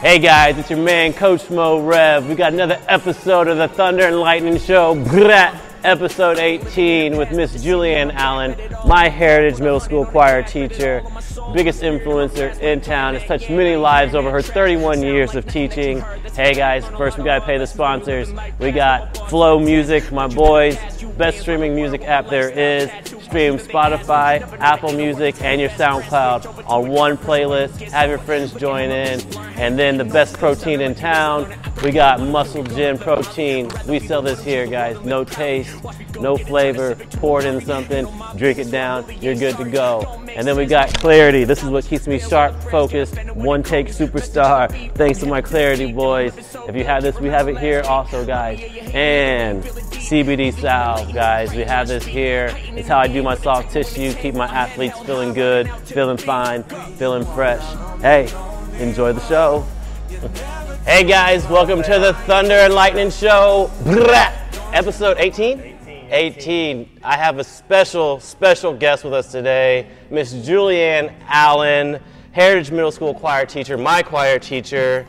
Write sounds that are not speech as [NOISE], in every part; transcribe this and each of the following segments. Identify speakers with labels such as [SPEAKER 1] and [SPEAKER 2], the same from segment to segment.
[SPEAKER 1] Hey guys, it's your man Coach Mo Rev. We got another episode of the Thunder and Lightning Show, Brat, episode 18, with Miss Julianne Allen, my Heritage Middle School choir teacher, biggest influencer in town, has touched many lives over her 31 years of teaching. Hey guys, first we gotta pay the sponsors. We got Flow Music, my boys, best streaming music app there is. Stream Spotify, Apple Music, and your SoundCloud on one playlist. Have your friends join in. And then the best protein in town, we got Muscle Gin Protein. We sell this here, guys. No taste, no flavor. Pour it in something, drink it down, you're good to go. And then we got Clarity. This is what keeps me sharp, focused, one take superstar. Thanks to my Clarity boys. If you have this, we have it here also, guys. And CBD salve, guys. We have this here. It's how I do my soft tissue, keep my athletes feeling good, feeling fine, feeling fresh. Hey, enjoy the show. hey guys, welcome to the Thunder and Lightning Show. Brat. Episode 18? 18. I have a special, special guest with us today, Miss Julianne Allen, Heritage Middle School choir teacher, my choir teacher.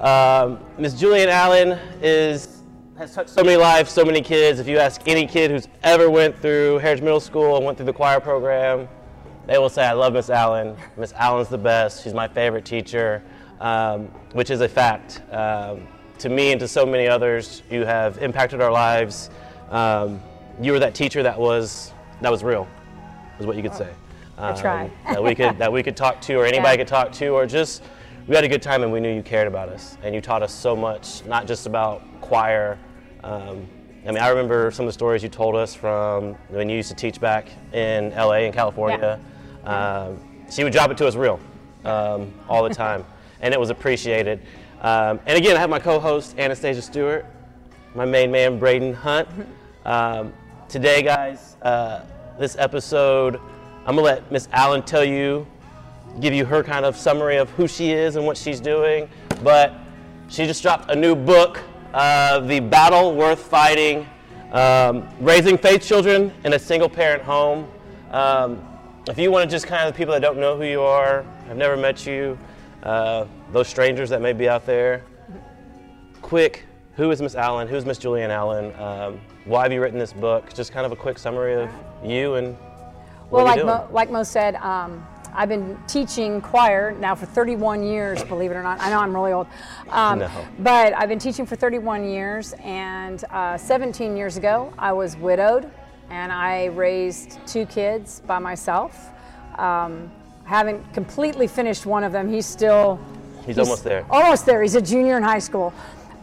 [SPEAKER 1] Um, Miss Julianne Allen is has touched so many lives, so many kids. If you ask any kid who's ever went through Heritage Middle School and went through the choir program, they will say, "I love Miss Allen. Miss Allen's the best. She's my favorite teacher," um, which is a fact. Um, to me and to so many others, you have impacted our lives. Um, you were that teacher that was that was real, is what you could say. Um,
[SPEAKER 2] try.
[SPEAKER 1] that we could that we could talk to, or anybody could talk to, or just we had a good time and we knew you cared about us, and you taught us so much, not just about choir. Um, I mean, I remember some of the stories you told us from when you used to teach back in LA in California. Um, she would drop it to us real um, all the time, and it was appreciated. Um, and again, I have my co-host Anastasia Stewart, my main man Braden Hunt. Um, today, guys, uh, this episode, I'm gonna let Miss Allen tell you, give you her kind of summary of who she is and what she's doing. But she just dropped a new book, uh, "The Battle Worth Fighting: um, Raising Faith Children in a Single-Parent Home." Um, if you want to just kind of the people that don't know who you are, have never met you, uh, those strangers that may be out there, quick, who is Miss Allen? Who's Miss Julianne Allen? Um, why have you written this book? Just kind of a quick summary of you and what
[SPEAKER 2] Well, like
[SPEAKER 1] you're
[SPEAKER 2] Mo,
[SPEAKER 1] doing.
[SPEAKER 2] like Mo said, um, I've been teaching choir now for 31 years, believe it or not. I know I'm really old. Um,
[SPEAKER 1] No.
[SPEAKER 2] But I've been teaching for 31 years, and uh, 17 years ago, I was widowed and I raised two kids by myself. Um, haven't completely finished one of them. He's still.
[SPEAKER 1] He's almost there.
[SPEAKER 2] Almost there. He's a junior in high school.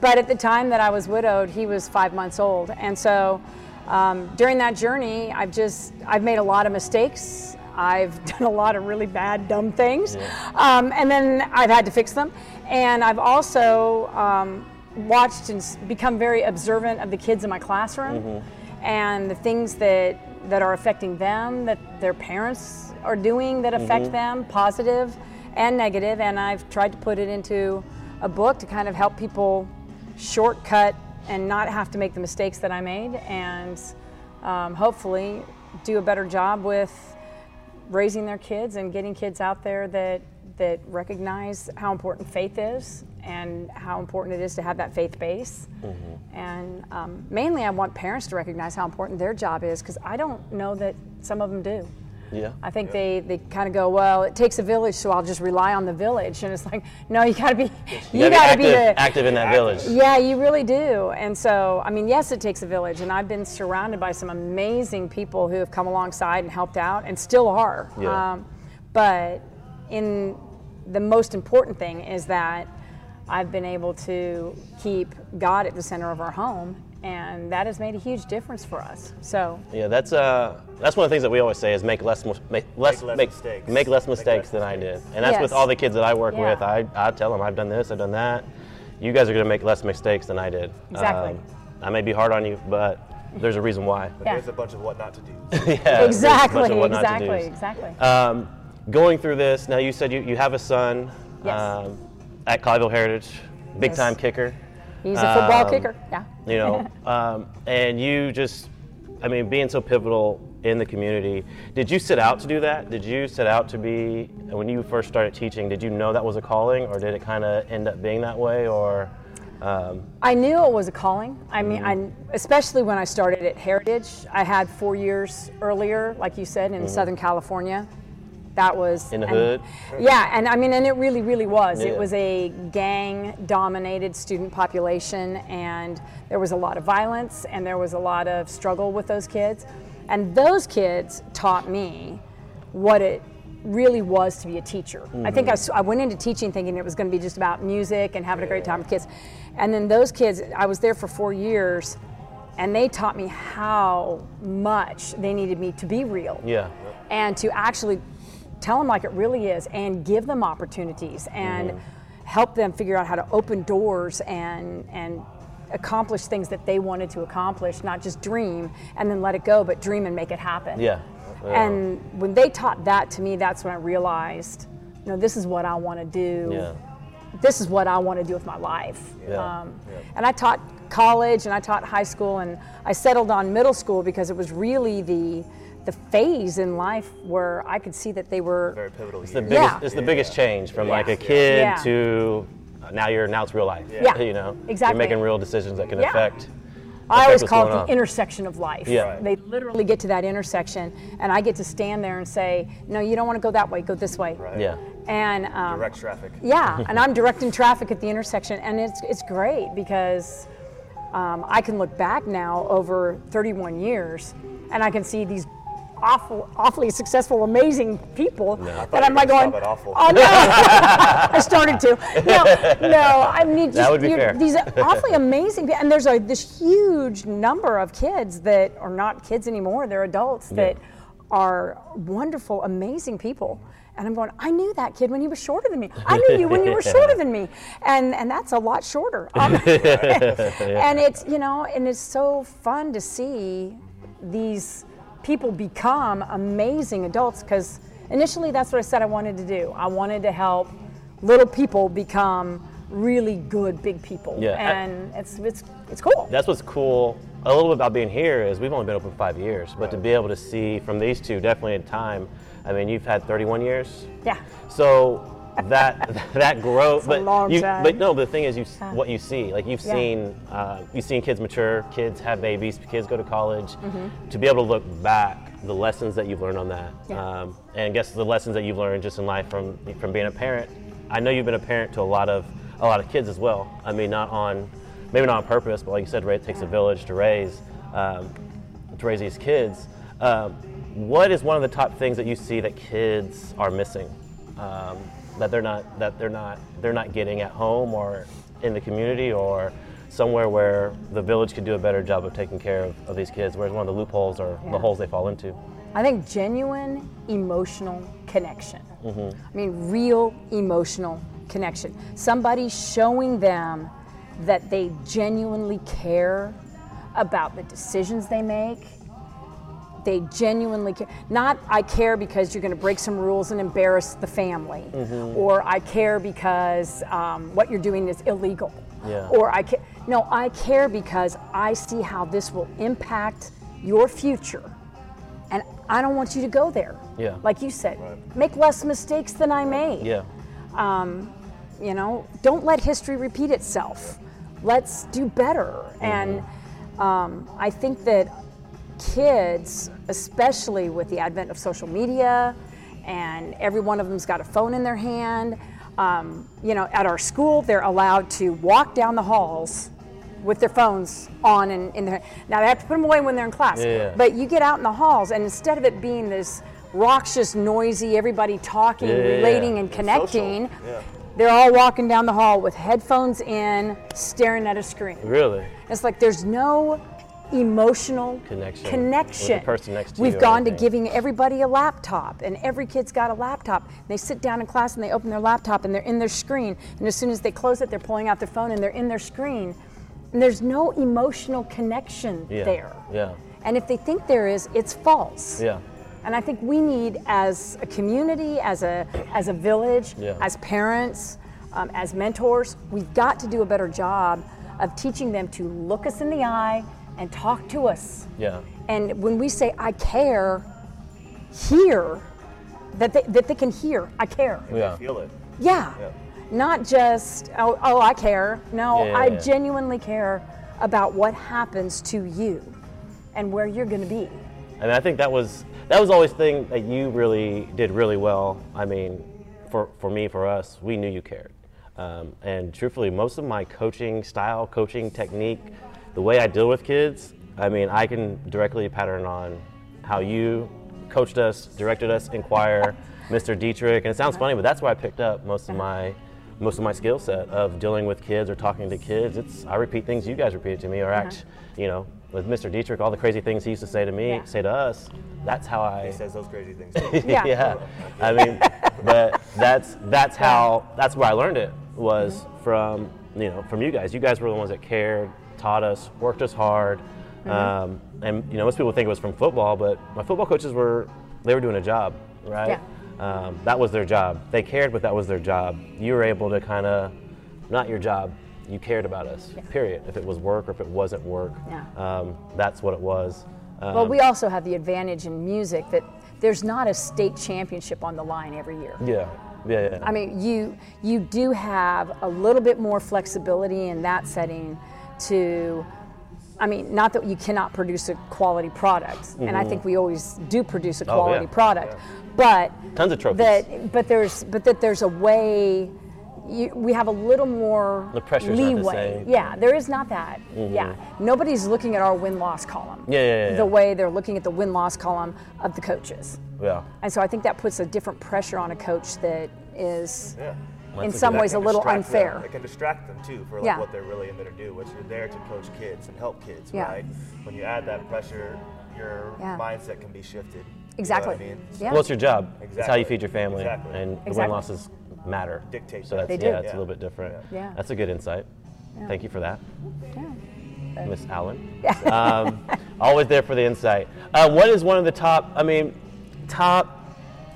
[SPEAKER 2] But at the time that I was widowed, he was five months old. And so um, during that journey, I've just, I've made a lot of mistakes. I've [LAUGHS] done a lot of really bad, dumb things. Um, and then I've had to fix them. And I've also um, watched and s- become very observant of the kids in my classroom and the things that, that are affecting them, that their parents are doing that affect them, positive and negative, and I've tried to put it into a book to kind of help people shortcut and not have to make the mistakes that I made, and um, hopefully do a better job with raising their kids and getting kids out there that that recognize how important faith is and how important it is to have that faith base.
[SPEAKER 1] Mm-hmm.
[SPEAKER 2] And um, mainly, I want parents to recognize how important their job is because I don't know that some of them do.
[SPEAKER 1] Yeah.
[SPEAKER 2] I think they, they kind of go, well, it takes a village, so I'll just rely on the village. And it's like, no, you got to be, you,
[SPEAKER 1] gotta
[SPEAKER 2] got to
[SPEAKER 1] be
[SPEAKER 2] be
[SPEAKER 1] active,
[SPEAKER 2] the,
[SPEAKER 1] active in that village.
[SPEAKER 2] yeah, you really do. And so, I mean, yes, it takes a village, and I've been surrounded by some amazing people who have come alongside and helped out, and still are. Um,
[SPEAKER 1] Yeah.
[SPEAKER 2] but in the most important thing is that I've been able to keep God at the center of our home, and that has made a huge difference for us. So,
[SPEAKER 1] Yeah, that's uh, that's one of the things that we always say is make less mis- make less,
[SPEAKER 3] less
[SPEAKER 1] make,
[SPEAKER 3] mistakes.
[SPEAKER 1] make less
[SPEAKER 3] Make less
[SPEAKER 1] mistakes than I did,
[SPEAKER 3] mistakes.
[SPEAKER 1] and that's with
[SPEAKER 2] Yes.
[SPEAKER 1] all the kids that I work
[SPEAKER 2] Yeah.
[SPEAKER 1] with. I, I tell them I've done this, I've done that. You guys are gonna make less mistakes than I did. Um,
[SPEAKER 2] Exactly.
[SPEAKER 1] I may be hard on you, but there's a reason why.
[SPEAKER 2] Yeah.
[SPEAKER 3] There's a bunch of what not to do.
[SPEAKER 1] Yeah, there's a bunch of
[SPEAKER 2] exactly,
[SPEAKER 1] what not to
[SPEAKER 2] exactly,
[SPEAKER 1] do's.
[SPEAKER 2] exactly.
[SPEAKER 1] Um, going through this, now you said you, you have a son
[SPEAKER 2] Yes.
[SPEAKER 1] um, at Colleyville Heritage, big
[SPEAKER 2] Yes.
[SPEAKER 1] time kicker.
[SPEAKER 2] He's a football
[SPEAKER 1] um,
[SPEAKER 2] [LAUGHS] kicker. Yeah.
[SPEAKER 1] You know, um, and you just, I mean, being so pivotal in the community. Did you set out to do that? Did you set out to be when you first started teaching? Did you know that was a calling, or did it kind of end up being that way, or? Um,
[SPEAKER 2] I knew it was a calling. I mean,
[SPEAKER 1] Mm-hmm.
[SPEAKER 2] I, especially when I started at Heritage, I had four years earlier, like you said, in Southern California. That was
[SPEAKER 1] Mm-hmm. In the hood?
[SPEAKER 2] and- Yeah, and I mean, and it really, really was.
[SPEAKER 1] Yeah.
[SPEAKER 2] It was a gang-dominated student population, and there was a lot of violence, and there was a lot of struggle with those kids, and those kids taught me what it really was to be a teacher. I think I, s- I went into teaching thinking it was going to be just about music and having a great time with kids. And then those kids, I was there for four years, and they taught me how much they needed me to be real
[SPEAKER 1] yeah.
[SPEAKER 2] and to actually tell them like it really is and give them opportunities and help them figure out how to open doors and and accomplish things that they wanted to accomplish not just dream and then let it go but dream and make it happen
[SPEAKER 1] Yeah.
[SPEAKER 2] and when they taught that to me that's when i realized you know this is what i want to do
[SPEAKER 1] Yeah.
[SPEAKER 2] this is what I want to do with my life. Um,
[SPEAKER 1] Yeah.
[SPEAKER 2] And I taught college and I taught high school and I settled on middle school because it was really the the phase in life where I could see that they were [LAUGHS]
[SPEAKER 3] Very pivotal
[SPEAKER 1] It's the
[SPEAKER 3] year.
[SPEAKER 1] biggest,
[SPEAKER 2] Yeah.
[SPEAKER 1] it's the biggest change from like a
[SPEAKER 3] Yeah.
[SPEAKER 1] kid
[SPEAKER 2] Yeah.
[SPEAKER 1] to uh, now you're now it's real life.
[SPEAKER 2] Yeah.
[SPEAKER 1] You know,
[SPEAKER 2] Exactly.
[SPEAKER 1] You're making real decisions that can
[SPEAKER 2] Yeah.
[SPEAKER 1] affect.
[SPEAKER 2] I always
[SPEAKER 1] what's
[SPEAKER 2] call it
[SPEAKER 1] going
[SPEAKER 2] the
[SPEAKER 1] on.
[SPEAKER 2] intersection of life.
[SPEAKER 1] Yeah. Right.
[SPEAKER 2] They literally get to that intersection and I get to stand there and say, No, you don't want to go that way, go this way.
[SPEAKER 3] Right.
[SPEAKER 1] Yeah.
[SPEAKER 2] And um,
[SPEAKER 3] Direct traffic.
[SPEAKER 2] Yeah, and I'm directing traffic at the intersection, and it's it's great because um, I can look back now over 31 years, and I can see these awful, awfully successful, amazing people
[SPEAKER 3] thought
[SPEAKER 2] that
[SPEAKER 3] you
[SPEAKER 2] I'm like
[SPEAKER 3] were
[SPEAKER 2] going,
[SPEAKER 3] gonna stop at awful.
[SPEAKER 2] oh no, [LAUGHS] I started to. No, no, I mean just,
[SPEAKER 1] would be
[SPEAKER 2] you're-
[SPEAKER 1] fair.
[SPEAKER 2] these awfully amazing, pe- and there's a this huge number of kids that are not kids anymore; they're adults that are wonderful, amazing people. And I'm going, I knew that kid when he was shorter than me. I knew you when you were shorter than me. And and that's a lot shorter. Um, [LAUGHS] And it's, you know, and it's so fun to see these people become amazing adults because initially that's what I said I wanted to do. I wanted to help little people become really good big people.
[SPEAKER 1] Yeah.
[SPEAKER 2] And it's it's it's cool.
[SPEAKER 1] That's what's cool. A little bit about being here is we've only been open five years, but to be able to see from these two, definitely in time. I mean, you've had 31 years.
[SPEAKER 2] yeah.
[SPEAKER 1] So that [LAUGHS] that growth,
[SPEAKER 2] It's a
[SPEAKER 1] but
[SPEAKER 2] long
[SPEAKER 1] you,
[SPEAKER 2] time.
[SPEAKER 1] but no, the thing is, you s what you see, like you've
[SPEAKER 2] Yeah.
[SPEAKER 1] seen, uh, you've seen kids mature, kids have babies, kids go to college.
[SPEAKER 2] Mm-hmm.
[SPEAKER 1] To be able to look back, the lessons that you've learned on that,
[SPEAKER 2] Yeah.
[SPEAKER 1] um, and I guess the lessons that you've learned just in life from from being a parent. I know you've been a parent to a lot of a lot of kids as well. I mean, not on maybe not on purpose, but like you said, right? It takes a village to raise. Um, to raise these kids. Um, what is one of the top things that you see that kids are missing, um, that they're not that they're not they're not getting at home or in the community or somewhere where the village could do a better job of taking care of, of these kids? Where's one of the loopholes or
[SPEAKER 2] Yeah.
[SPEAKER 1] the holes they fall into?
[SPEAKER 2] I think genuine emotional connection. I mean, real emotional connection. Somebody showing them that they genuinely care about the decisions they make. They genuinely care. Not, I care because you're going to break some rules and embarrass the family, or I care because um, what you're doing is illegal,
[SPEAKER 1] Yeah.
[SPEAKER 2] or I care. No, I care because I see how this will impact your future and I don't want you to go there.
[SPEAKER 1] Yeah.
[SPEAKER 2] Like you said, make less mistakes than I made.
[SPEAKER 1] Yeah,
[SPEAKER 2] You know, don't let history repeat itself. Let's do better.
[SPEAKER 1] Mm-hmm.
[SPEAKER 2] And um, I think that kids, especially with the advent of social media, and every one of them's got a phone in their hand. Um, you know, at our school, they're allowed to walk down the halls with their phones on and in their. Now they have to put them away when they're in class.
[SPEAKER 1] Yeah.
[SPEAKER 2] But you get out in the halls, and instead of it being this raucous, noisy, everybody talking,
[SPEAKER 1] Yeah.
[SPEAKER 2] relating, and
[SPEAKER 3] Social.
[SPEAKER 2] connecting,
[SPEAKER 3] Yeah.
[SPEAKER 2] they're all walking down the hall with headphones in, staring at a screen.
[SPEAKER 1] really.
[SPEAKER 2] It's like there's no emotional
[SPEAKER 1] Connection with the
[SPEAKER 2] connection.
[SPEAKER 1] person next to
[SPEAKER 2] We've
[SPEAKER 1] you or
[SPEAKER 2] gone to
[SPEAKER 1] anything.
[SPEAKER 2] giving everybody a laptop, and every kid's got a laptop. They sit down in class and they open their laptop and they're in their screen. And as soon as they close it, they're pulling out their phone and they're in their screen. And there's no emotional connection
[SPEAKER 1] Yeah.
[SPEAKER 2] there.
[SPEAKER 1] Yeah.
[SPEAKER 2] And if they think there is, it's false.
[SPEAKER 1] Yeah.
[SPEAKER 2] And I think we need, as a community, as a as a village,
[SPEAKER 1] Yeah.
[SPEAKER 2] as parents, um, as mentors, we've got to do a better job of teaching them to look us in the eye and talk to us.
[SPEAKER 1] Yeah.
[SPEAKER 2] And when we say I care, hear that they, that they can hear I care.
[SPEAKER 1] Yeah.
[SPEAKER 3] Feel it.
[SPEAKER 2] Yeah.
[SPEAKER 3] Yeah.
[SPEAKER 2] Not just oh, oh I care. No,
[SPEAKER 1] Yeah, yeah,
[SPEAKER 2] I
[SPEAKER 1] yeah.
[SPEAKER 2] genuinely care about what happens to you and where you're going
[SPEAKER 1] [LAUGHS]
[SPEAKER 2] to be.
[SPEAKER 1] And I think that was that was always the thing that you really did really well. I mean, for for me, for us, we knew you cared. Um, and truthfully, most of my coaching style, coaching technique, the way I deal with kids, I mean, I can directly pattern on how you coached us, directed us, inquire, Mr. Dietrich. And it sounds funny, but that's where I picked up most of my most of my skill set of dealing with kids or talking to kids. It's I repeat things you guys repeated to me or act, you know, with Mr. Dietrich, all the crazy things he used to say to me,
[SPEAKER 2] Yeah.
[SPEAKER 1] say to us. That's how I [LAUGHS]
[SPEAKER 3] He says those crazy
[SPEAKER 2] [LAUGHS]
[SPEAKER 3] things. too.
[SPEAKER 2] Yeah.
[SPEAKER 1] I mean, but that's that's how that's where I learned it was from you know from you guys. You guys were the ones that cared, taught us, worked us hard,
[SPEAKER 2] Mm-hmm.
[SPEAKER 1] um, and you know most people think it was from football, but my football coaches were they were doing a job, right?
[SPEAKER 2] Yeah.
[SPEAKER 1] Um, that was their job. They cared, but that was their job. You were able to kind of not your job. You cared about us. Period. If it was work or if it wasn't work,
[SPEAKER 2] Yeah.
[SPEAKER 1] um, that's what it was. Um,
[SPEAKER 2] Well, we also have the advantage in music that there's not a state championship on the line every year.
[SPEAKER 1] yeah, yeah, yeah.
[SPEAKER 2] I mean, you you do have a little bit more flexibility in that setting to I mean, not that you cannot produce a quality product, and I think we always do produce a quality product, but
[SPEAKER 1] Tons of trophies.
[SPEAKER 2] that but there's but that there's a way you, we have a little more
[SPEAKER 1] The pressure's not the
[SPEAKER 2] leeway.
[SPEAKER 1] same. Mm-hmm.
[SPEAKER 2] Yeah, there is not that. Yeah, nobody's looking at our win loss column.
[SPEAKER 1] Yeah, yeah, yeah, yeah.
[SPEAKER 2] The way they're looking at the win loss column of the coaches,
[SPEAKER 1] yeah.
[SPEAKER 2] and so I think that puts a different pressure on a coach that is,
[SPEAKER 3] Yeah.
[SPEAKER 2] in
[SPEAKER 1] Once
[SPEAKER 2] some
[SPEAKER 1] again,
[SPEAKER 2] ways, a
[SPEAKER 3] Can
[SPEAKER 2] little
[SPEAKER 3] distract them.
[SPEAKER 2] unfair.
[SPEAKER 3] It can distract them too for like
[SPEAKER 2] Yeah.
[SPEAKER 3] what they're really in there to do, which you're there to coach kids and help kids,
[SPEAKER 2] Yeah.
[SPEAKER 3] right? When you add that pressure, your
[SPEAKER 2] Yeah.
[SPEAKER 3] mindset can be shifted. You know what
[SPEAKER 2] Exactly.
[SPEAKER 3] I mean?
[SPEAKER 2] Yeah.
[SPEAKER 1] Well, it's your job. It's how
[SPEAKER 3] Exactly.
[SPEAKER 1] you feed your family,
[SPEAKER 3] Exactly.
[SPEAKER 1] and the
[SPEAKER 2] Exactly.
[SPEAKER 1] win losses matter.
[SPEAKER 3] Dictate
[SPEAKER 1] So that's
[SPEAKER 3] that.
[SPEAKER 2] They do.
[SPEAKER 1] yeah, it's
[SPEAKER 3] Yeah.
[SPEAKER 1] a little bit different.
[SPEAKER 2] Yeah. Yeah.
[SPEAKER 1] That's a good insight. Thank you for that,
[SPEAKER 2] Yeah.
[SPEAKER 1] Miss
[SPEAKER 2] [LAUGHS]
[SPEAKER 1] Allen. um, always there for the insight. Uh, what is one of the top? I mean, top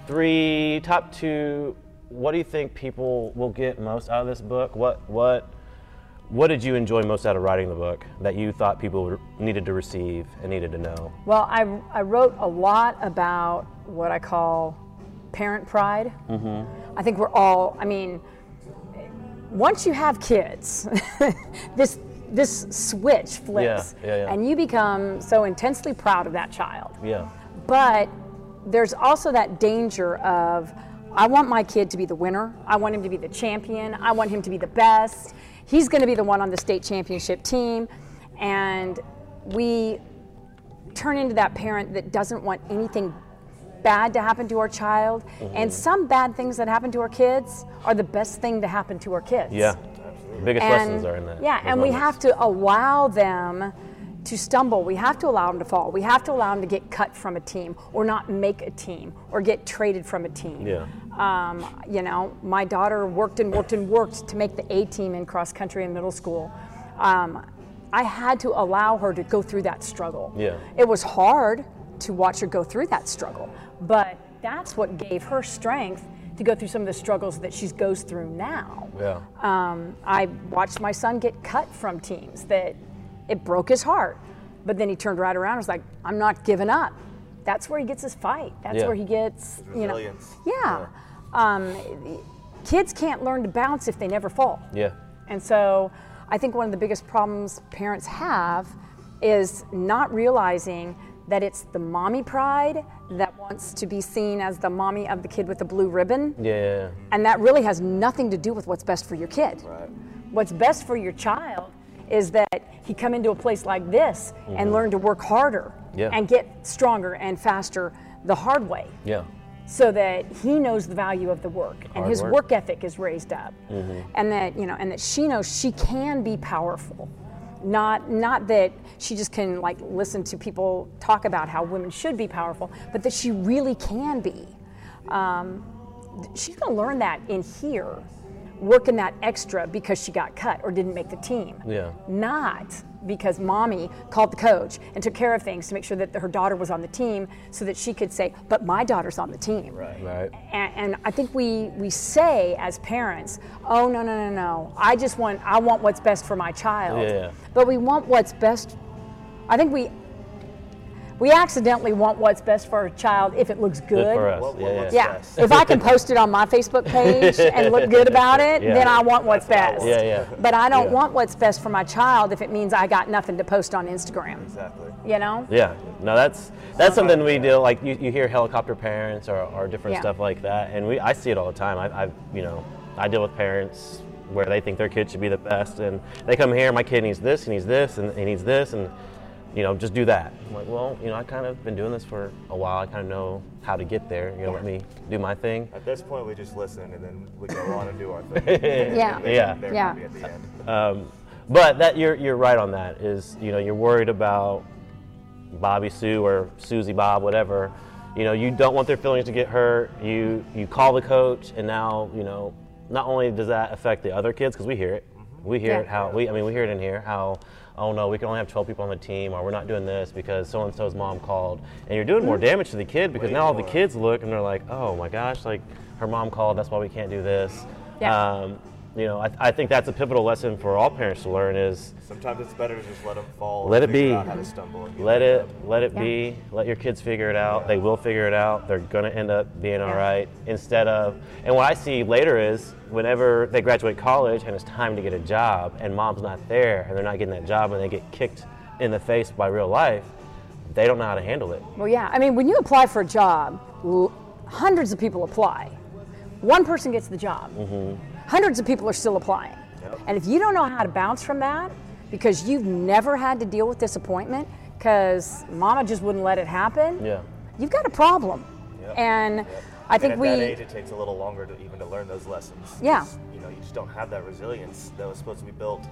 [SPEAKER 1] three, top two. What do you think people will get most out of this book? What what what did you enjoy most out of writing the book that you thought people would- needed to receive and needed to know?
[SPEAKER 2] Well, I, I wrote a lot about what I call parent pride.
[SPEAKER 1] Mm-hmm.
[SPEAKER 2] I think we're all, I mean, once you have kids, [LAUGHS] this, this switch flips.
[SPEAKER 1] yeah, yeah.
[SPEAKER 2] And you become so intensely proud of that child.
[SPEAKER 1] Yeah.
[SPEAKER 2] But there's also that danger of I want my kid to be the winner. I want him to be the champion. I want him to be the best. He's going to be the one on the state championship team. And we turn into that parent that doesn't want anything bad to happen to our child. And some bad things that happen to our kids are the best thing to happen to our kids.
[SPEAKER 1] Yeah. Biggest
[SPEAKER 2] And-
[SPEAKER 1] lessons are in that.
[SPEAKER 2] Yeah,
[SPEAKER 1] those
[SPEAKER 2] and we
[SPEAKER 1] moments.
[SPEAKER 2] have to allow them to stumble. We have to allow them to fall. We have to allow them to get cut from a team or not make a team or get traded from a team.
[SPEAKER 1] Yeah.
[SPEAKER 2] Um, you know, my daughter worked and worked and worked to make the A team in cross country in middle school. Um, I had to allow her to go through that struggle.
[SPEAKER 1] Yeah.
[SPEAKER 2] It was hard to watch her go through that struggle, but that's what gave her strength to go through some of the struggles that she goes through now
[SPEAKER 1] Yeah.
[SPEAKER 2] um, I watched my son get cut from teams that it broke his heart. But then he turned right around and was like, I'm not giving up. That's where he gets his fight. That's
[SPEAKER 1] Yeah.
[SPEAKER 2] where he gets, you know.
[SPEAKER 3] resilience.
[SPEAKER 2] Yeah. Um, kids can't learn to bounce if they never fall.
[SPEAKER 1] yeah.
[SPEAKER 2] And so I think one of the biggest problems parents have is not realizing that it's the mommy pride that wants to be seen as the mommy of the kid with the blue ribbon.
[SPEAKER 1] Yeah.
[SPEAKER 2] And that really has nothing to do with what's best for your kid. What's best for your child is that he come into a place like this and learn to work harder
[SPEAKER 1] Yeah.
[SPEAKER 2] and get stronger and faster the hard way
[SPEAKER 1] Yeah.
[SPEAKER 2] so that he knows the value of the work and
[SPEAKER 1] Hard
[SPEAKER 2] his
[SPEAKER 1] work. Mm-hmm.
[SPEAKER 2] work ethic is raised up and that you know and that she knows she can be powerful not not that she just can like listen to people talk about how women should be powerful but that she really can be um, th- she's going to learn that in here working that extra because she got cut or didn't make the team
[SPEAKER 1] Yeah.
[SPEAKER 2] not because mommy called the coach and took care of things to make sure that her daughter was on the team so that she could say but my daughter's on the team right
[SPEAKER 1] Right.
[SPEAKER 2] and, and I think we, we say as parents, oh no no no no, I just want I want what's best for my child.
[SPEAKER 1] Yeah.
[SPEAKER 2] But we want what's best I think we we accidentally want what's best for our child if it looks good.
[SPEAKER 1] Good for us.
[SPEAKER 3] What- what
[SPEAKER 1] yeah,
[SPEAKER 3] looks
[SPEAKER 1] yeah.
[SPEAKER 2] Yeah.
[SPEAKER 3] Yes.
[SPEAKER 2] if I can post it on
[SPEAKER 1] [LAUGHS]
[SPEAKER 2] my Facebook page and look good about it,
[SPEAKER 1] Yeah.
[SPEAKER 2] then I want what's best.
[SPEAKER 1] Yeah, yeah.
[SPEAKER 2] But I don't
[SPEAKER 1] Yeah.
[SPEAKER 2] want what's best for my child if it means I got nothing to post on Instagram.
[SPEAKER 3] Exactly.
[SPEAKER 2] You know?
[SPEAKER 1] Yeah, no, that's that's something we do. Like you, you hear helicopter parents or, or different
[SPEAKER 2] Yeah.
[SPEAKER 1] stuff like that, and we I see it all the time. I, I you know I deal with parents where they think their kid should be the best, and they come here, my kid needs this, and needs this, and he needs this, and you know just do that. I'm like, well, you know, I kind of been doing this for a while. I kind of know how to get there. You know, let me do my thing.
[SPEAKER 3] At this point, we just listen and then we go on and do
[SPEAKER 2] [LAUGHS]
[SPEAKER 3] our thing.
[SPEAKER 2] Yeah.
[SPEAKER 1] Yeah.
[SPEAKER 3] They're
[SPEAKER 2] Yeah.
[SPEAKER 3] happy at the end.
[SPEAKER 1] But that you're you're right on that. Is you know you're worried about Bobby Sue or Susie Bob, whatever. You know you don't want their feelings to get hurt. You you call the coach, and now you know. Not only does that affect the other kids because we hear it,
[SPEAKER 3] Mm-hmm.
[SPEAKER 1] we hear
[SPEAKER 2] Yeah.
[SPEAKER 1] it how we I mean we hear it in here how oh no we can only have 12 people on the team or we're not doing this because so and so's mom called and you're doing more damage to the kid because
[SPEAKER 3] Mm-hmm. Way
[SPEAKER 1] now all the
[SPEAKER 3] more.
[SPEAKER 1] kids look and they're like oh my gosh like her mom called that's why we can't do this.
[SPEAKER 2] Yeah.
[SPEAKER 1] Um, you know, I, I think that's a pivotal lesson for all parents to learn is
[SPEAKER 3] Sometimes it's better to just let them fall.
[SPEAKER 1] Let
[SPEAKER 3] and
[SPEAKER 1] it
[SPEAKER 3] figure
[SPEAKER 1] be.
[SPEAKER 3] Out how to stumble and get
[SPEAKER 1] let
[SPEAKER 3] back
[SPEAKER 1] it
[SPEAKER 3] up.
[SPEAKER 1] let it
[SPEAKER 2] Yeah.
[SPEAKER 1] be. Let your kids figure it out. They will figure it out. They're gonna end up being all
[SPEAKER 2] Yeah.
[SPEAKER 1] right. Instead of and what I see later is whenever they graduate college and it's time to get a job and mom's not there and they're not getting that job and they get kicked in the face by real life, they don't know how to handle it.
[SPEAKER 2] Well, yeah. I mean, when you apply for a job, l- hundreds of people apply. One person gets the job.
[SPEAKER 3] Mm-hmm.
[SPEAKER 2] Hundreds of people are still applying. And if you don't know how to bounce from that because you've never had to deal with disappointment because mama just wouldn't let it happen,
[SPEAKER 1] Yeah.
[SPEAKER 2] you've got a problem.
[SPEAKER 3] Yep.
[SPEAKER 2] And
[SPEAKER 3] Yep.
[SPEAKER 2] I think
[SPEAKER 3] and at
[SPEAKER 2] we.
[SPEAKER 3] that age, it takes a little longer to even to learn those lessons.
[SPEAKER 2] Yeah.
[SPEAKER 3] It's- You know, you just don't have that resilience that was supposed to be built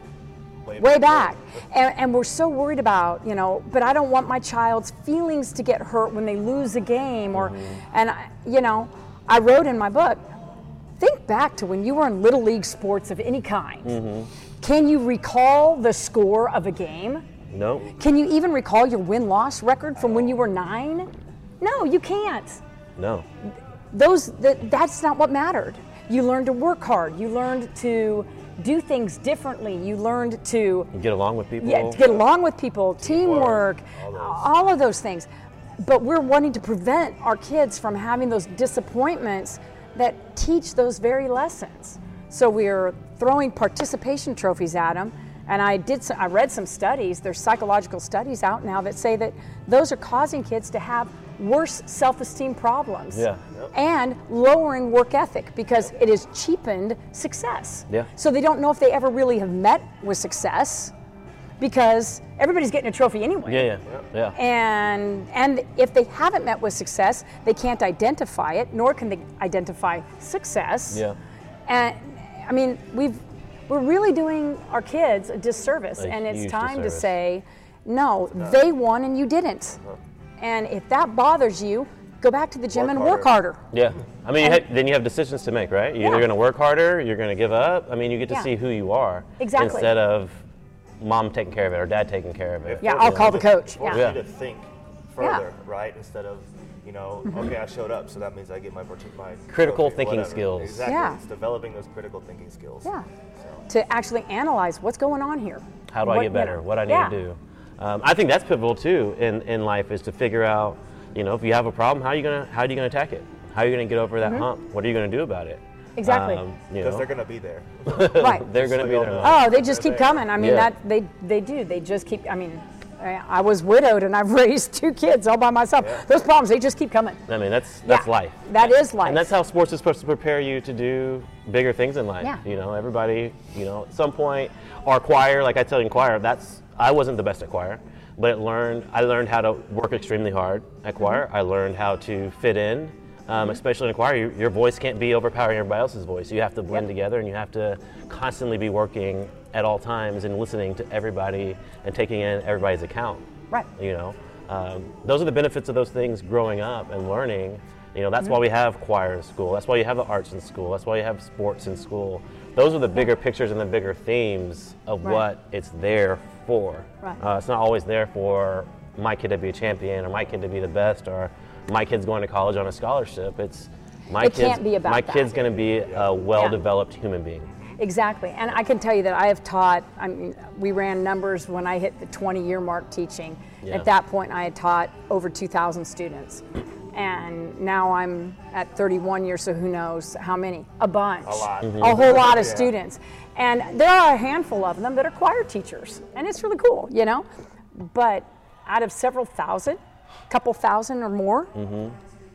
[SPEAKER 3] way,
[SPEAKER 2] way back and, and we're so worried about you know but i don't want my child's feelings to get hurt when they lose a game or and I, you know i wrote in my book think back to when you were in little league sports of any kind can you recall the score of a game
[SPEAKER 1] No.
[SPEAKER 2] can you even recall your win-loss record from when you were nine no you can't
[SPEAKER 1] No.
[SPEAKER 2] those that that's not what mattered you learned to work hard you learned to do things differently you learned to
[SPEAKER 1] Get along with people.
[SPEAKER 2] yeah, to get along with people, teamwork,
[SPEAKER 3] all
[SPEAKER 2] all,
[SPEAKER 3] those.
[SPEAKER 2] of those things. But we're wanting to prevent our kids from having those disappointments that teach those very lessons. So we're throwing participation trophies at them. And I did. Some, I read some studies. There's psychological studies out now that say that those are causing kids to have worse self-esteem problems
[SPEAKER 1] Yeah.
[SPEAKER 2] and lowering work ethic because it has cheapened success.
[SPEAKER 1] Yeah.
[SPEAKER 2] So they don't know if they ever really have met with success because everybody's getting a trophy anyway.
[SPEAKER 1] Yeah. Yeah. Yeah.
[SPEAKER 2] And and if they haven't met with success, they can't identify it, nor can they identify success.
[SPEAKER 1] Yeah.
[SPEAKER 2] And I mean, we've we're really doing our kids a disservice,
[SPEAKER 1] A
[SPEAKER 2] and it's
[SPEAKER 1] huge
[SPEAKER 2] time
[SPEAKER 1] disservice. Uh-huh.
[SPEAKER 2] to say, no, they won and you didn't. And if that bothers you, go back to the gym
[SPEAKER 3] Work
[SPEAKER 2] and work
[SPEAKER 3] harder.
[SPEAKER 2] harder.
[SPEAKER 1] Yeah. I mean, you ha- then you have decisions to make, right? You're either
[SPEAKER 2] Yeah.
[SPEAKER 1] going to work harder, you're going to give up. I mean, you get to
[SPEAKER 2] Yeah.
[SPEAKER 1] see who you are
[SPEAKER 2] Exactly.
[SPEAKER 1] instead of mom taking care of it or dad taking care of it.
[SPEAKER 3] It
[SPEAKER 2] Yeah,
[SPEAKER 3] forces
[SPEAKER 2] I'll call
[SPEAKER 3] you
[SPEAKER 2] the
[SPEAKER 3] to-
[SPEAKER 2] coach,
[SPEAKER 3] forces
[SPEAKER 1] yeah.
[SPEAKER 3] you to think further, right? Instead of, you know,
[SPEAKER 2] Mm-hmm.
[SPEAKER 3] okay, I showed up, so that means I get my, partic- my
[SPEAKER 1] Critical
[SPEAKER 3] trophy,
[SPEAKER 1] thinking
[SPEAKER 3] whatever.
[SPEAKER 1] skills.
[SPEAKER 3] Exactly.
[SPEAKER 2] Yeah.
[SPEAKER 3] It's developing those critical thinking skills.
[SPEAKER 2] Yeah.
[SPEAKER 3] So,
[SPEAKER 2] To actually analyze what's going on here.
[SPEAKER 1] How do I
[SPEAKER 2] What-
[SPEAKER 1] get better?
[SPEAKER 2] you know,
[SPEAKER 1] What I need
[SPEAKER 2] yeah.
[SPEAKER 1] to do? Um, I think that's pivotal too in, in life is to figure out, you know, if you have a problem, how are you gonna how are you gonna attack it? How are you gonna get over that hump? What are you gonna do about it?
[SPEAKER 2] Mm-hmm.
[SPEAKER 1] Um,
[SPEAKER 2] Exactly.
[SPEAKER 1] you
[SPEAKER 3] because
[SPEAKER 1] know,
[SPEAKER 3] they're going to be there.
[SPEAKER 2] Right.
[SPEAKER 1] [LAUGHS] they're gonna be there.
[SPEAKER 2] Oh, they just keep
[SPEAKER 3] They're there.
[SPEAKER 2] coming. I mean,
[SPEAKER 1] Yeah.
[SPEAKER 2] that they they do. They just keep. I mean, I I was widowed and I've [LAUGHS] raised two kids all by myself.
[SPEAKER 3] Yeah.
[SPEAKER 2] Those problems, they just keep coming.
[SPEAKER 1] I mean, that's that's
[SPEAKER 2] Oh. Yeah.
[SPEAKER 1] life.
[SPEAKER 2] That is life.
[SPEAKER 1] And that's how sports is supposed to prepare you to do bigger things in life.
[SPEAKER 2] Yeah.
[SPEAKER 1] You know, everybody, you know, at some point, our choir, like I tell you in choir, that's, I wasn't the best at choir, but it learned, I learned how to work extremely hard at choir.
[SPEAKER 2] Mm-hmm.
[SPEAKER 1] I learned how to fit in, um, especially in choir. Your, your voice can't be overpowering everybody else's voice. You have to blend
[SPEAKER 2] Yep.
[SPEAKER 1] together and you have to constantly be working at all times and listening to everybody and taking in everybody's account
[SPEAKER 2] right.
[SPEAKER 1] you know um, those are the benefits of those things growing up and learning you know that's
[SPEAKER 2] Mm-hmm.
[SPEAKER 1] why we have choir in school that's why you have the arts in school that's why you have sports in school those are the bigger pictures and the bigger themes of
[SPEAKER 2] Right.
[SPEAKER 1] what it's there for
[SPEAKER 2] Right.
[SPEAKER 1] uh, it's not always there for my kid to be a champion or my kid to be the best or my kid's going to college on a scholarship it's my
[SPEAKER 2] It
[SPEAKER 1] kid's
[SPEAKER 2] can't be about
[SPEAKER 1] my
[SPEAKER 2] that.
[SPEAKER 1] kid's going to be a well-developed human being
[SPEAKER 2] Exactly. And I can tell you that I have taught, I mean, we ran numbers when I hit the 20 year mark teaching.
[SPEAKER 1] Yeah.
[SPEAKER 2] At that point, I had taught over 2,000 students. And now I'm at 31 years, so who knows how many? A bunch. A
[SPEAKER 3] lot. Mhm.
[SPEAKER 2] A whole lot of
[SPEAKER 3] Yeah.
[SPEAKER 2] students. And there are a handful of them that are choir teachers. And it's really cool, you know? But out of several thousand, couple thousand or more,